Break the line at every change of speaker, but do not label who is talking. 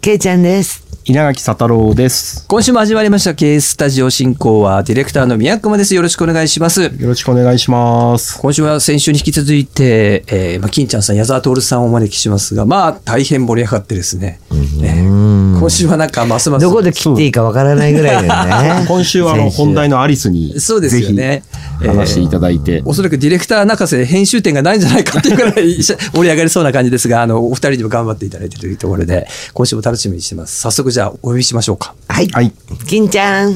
けいちゃんです。
稲垣沙太郎です。
今週も始まりましたケーススタジオ進行はディレクターの宮熊です。よろしくお願いします。
よろしくお願いします。
今週は先週に引き続いて、えー、まあ、金ちゃんさん、矢沢徹さんをお招きしますが、まあ、大変盛り上がってですね。ね今週はなんか、ますます。
どこで切っていいかわからないぐらいだよね。
今週はあの
先
本題のアリスに
そうですよね
ぜひ話していただいて、
おそらくディレクター泣かせ編集点がないんじゃないかっていうぐらい盛り上がりそうな感じですが、あの、お二人にも頑張っていただいてというところで、今週も楽しみにしてます。早速じゃあお呼びしましょうか。
はい。
はい
金ちゃん。